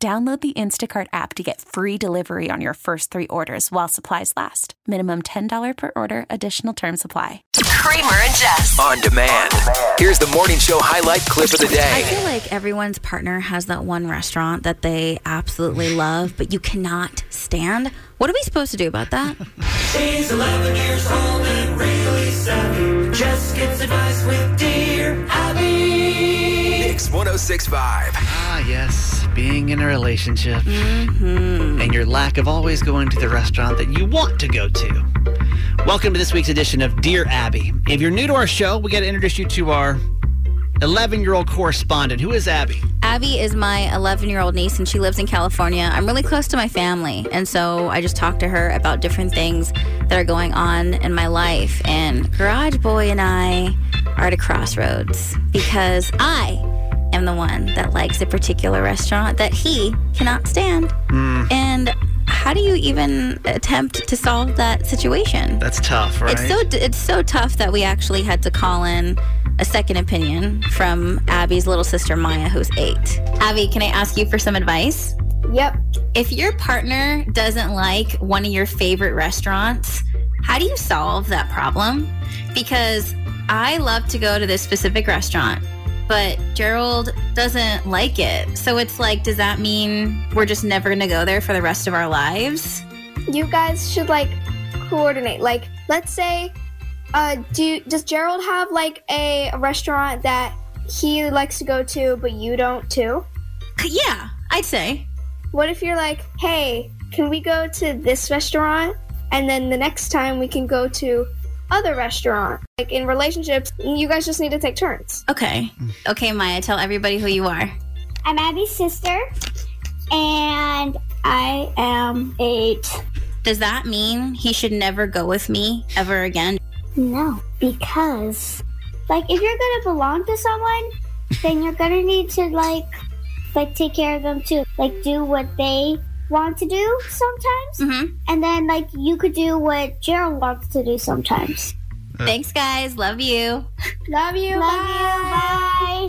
Download the Instacart app to get free delivery on your first three orders while supplies last. Minimum $10 per order, additional term supply. Kramer and Jess. On demand. Here's the morning show highlight clip of the day. I feel like everyone's partner has that one restaurant that they absolutely love, but you cannot stand. What are we supposed to do about that? She's 11 years old and really savvy. Just gets advice with dear Abby. Mix 1065. Ah, yes, being in a relationship and your lack of always going to the restaurant that you want to go to. Welcome to this week's edition of Dear Abby. If you're new to our show, we got to introduce you to our 11 year old correspondent. Who is Abby? Abby is my 11 year old niece, and she lives in California. I'm really close to my family, and so I just talk to her about different things that are going on in my life. And Garage Boy and I are at a crossroads because I am the one that likes a particular restaurant that he cannot stand. And how do you even attempt to solve that situation? That's tough, right? It's so it's so tough that we actually had to call in a second opinion from Abby's little sister Maya, who's eight. Abby, can I ask you for some advice? Yep. If your partner doesn't like one of your favorite restaurants, how do you solve that problem? Because I love to go to this specific restaurant, but Gerald doesn't like it. So it's like, does that mean we're just never going to go there for the rest of our lives? You guys should like coordinate. Like, let's say, uh, do does Gerald have like a restaurant that he likes to go to but you don't too? Yeah, I'd say. What if you're like, hey, can we go to this restaurant? And then the next time we can go to other restaurant. Like in relationships, you guys just need to take turns. Okay. Okay, Maya, tell everybody who you are. I'm Abby's sister, and I am eight. Does that mean he should never go with me ever again? No, because, like, if you're gonna belong to someone, then you're gonna need to, like, like take care of them too. Like, do what they want to do sometimes, Mm-hmm. and then, like, you could do what Gerald wants to do sometimes. Thanks, guys. Love you. Love you. Love you, bye.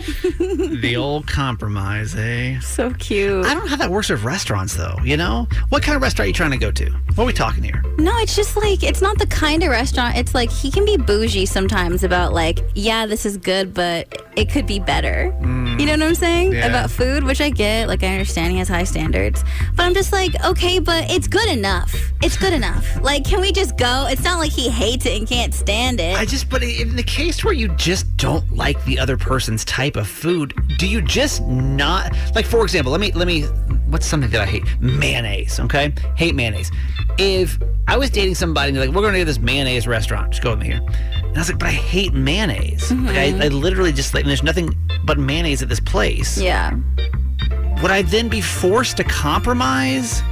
the old compromise, eh? So cute. I don't know how that works with restaurants, though. You know, what kind of restaurant are you trying to go to? What are we talking here? No, it's just like, it's not the kind of restaurant. It's like he can be bougie sometimes about, like, yeah, this is good, but it could be better. You know what I'm saying? Mm. Yeah. About food, which I get. Like, I understand he has high standards. But I'm just like, okay, but it's good enough. It's good enough. Like, can we just go? It's not like he hates it and can't stand it. I just, but in the case where you just don't like the other person's type of food, do you just not like? For example, let me let me. What's something that I hate? Mayonnaise. Okay, hate mayonnaise. If I was dating somebody and they're like, "We're going to this mayonnaise restaurant," just go with me here. And I was like, "But I hate mayonnaise. Like, Mm-hmm. I, I literally just like there's nothing but mayonnaise at this place." yeah. Would I then be forced to compromise?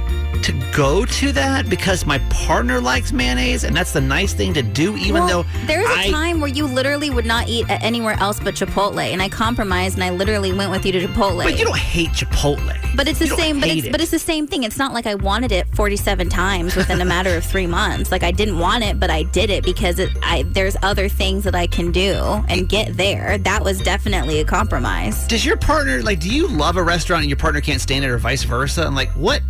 To go to that because my partner likes mayonnaise and that's the nice thing to do, even Well, though there was a I- time where you literally would not eat at anywhere else but Chipotle, and I compromised and I literally went with you to Chipotle. But you don't hate Chipotle. But it's the you don't same. But hate it's it. but it's the same thing. It's not like I wanted it forty-seven times within a matter of three months. Like I didn't want it, but I did it because it, I there's other things that I can do and get there. That was definitely a compromise. Does your partner like? Do you love a restaurant and your partner can't stand it, or vice versa? And like, what,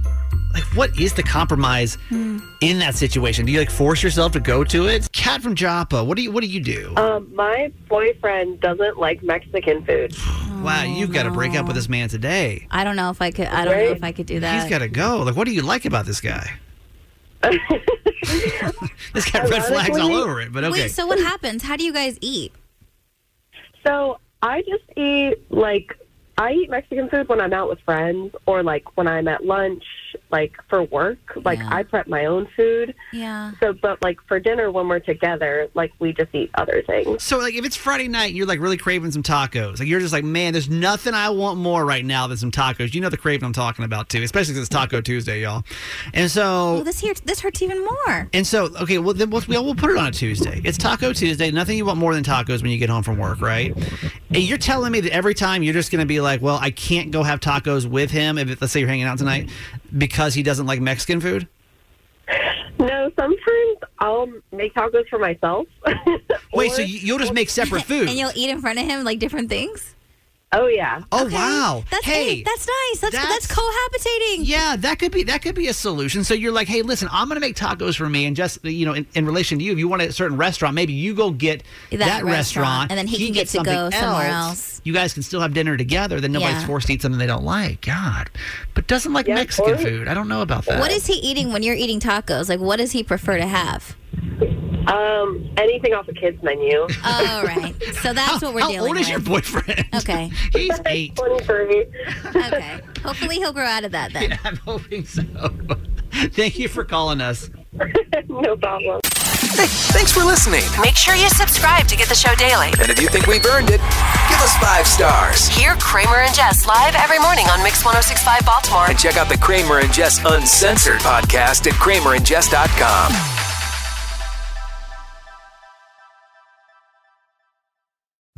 like, what is the compromise Hmm. in that situation? Do you like force yourself to go to it? Cat from Joppa. What do you? What do you do? Oh, Um, my boyfriend doesn't like Mexican food. wow, you've got to break up with this man today. I don't know if I could. I don't know Right. if I could do that. He's got to go. Like, what do you like about this guy? This got red flags all over it. But okay. Wait. So what happens? How do you guys eat? So I just eat like I eat Mexican food when I'm out with friends or like when I'm at lunch like for work. Like Yeah. I prep my own food. Yeah. So, but like for dinner when we're together, like we just eat other things. So like if it's Friday night and you're like really craving some tacos, like you're just like, man, there's nothing I want more right now than some tacos. You know the craving I'm talking about too, especially because it's Taco Tuesday, y'all. And Well, so this here this hurts even more. and so okay, well then we'll, we'll we'll put it on a Tuesday. It's Taco Tuesday. Nothing you want more than tacos when you get home from work, right? And you're telling me that every time you're just gonna be like, well, I can't go have tacos with him if let's say you're hanging out tonight because he doesn't like Mexican food. No, sometimes I'll make tacos for myself. Wait, Or- so you- you'll just make separate food? And you'll eat in front of him like different things. oh yeah, oh wow! That's hey, hey, that's nice. That's that's, that's- cohabitating. Yeah, that could be that could be a solution. So you're like, hey, listen, I'm gonna make tacos for me, and just you know, in, in relation to you, if you want a certain restaurant, maybe you go get that, That restaurant, restaurant, and then he can get gets to go something somewhere else. You guys can still have dinner together. Then nobody's Yeah. forced to eat something they don't like. God, but doesn't like Yeah, Mexican or- food. I don't know about that. What is he eating when you're eating tacos? Like what does he prefer to have? um, anything off a kids menu. All right. So that's what we're How dealing old with. is your boyfriend? Okay. he's eight. Twenty-three. okay. Hopefully he'll grow out of that then. I'm hoping so. Thank you for calling us. no problem. Th- thanks for listening. Make sure you subscribe to get the show daily. And if you think we've earned it, give us five stars. Hear Kramer and Jess live every morning on Mix 1065 Baltimore. And check out the Kramer and Jess Uncensored podcast at kramerandjess.com.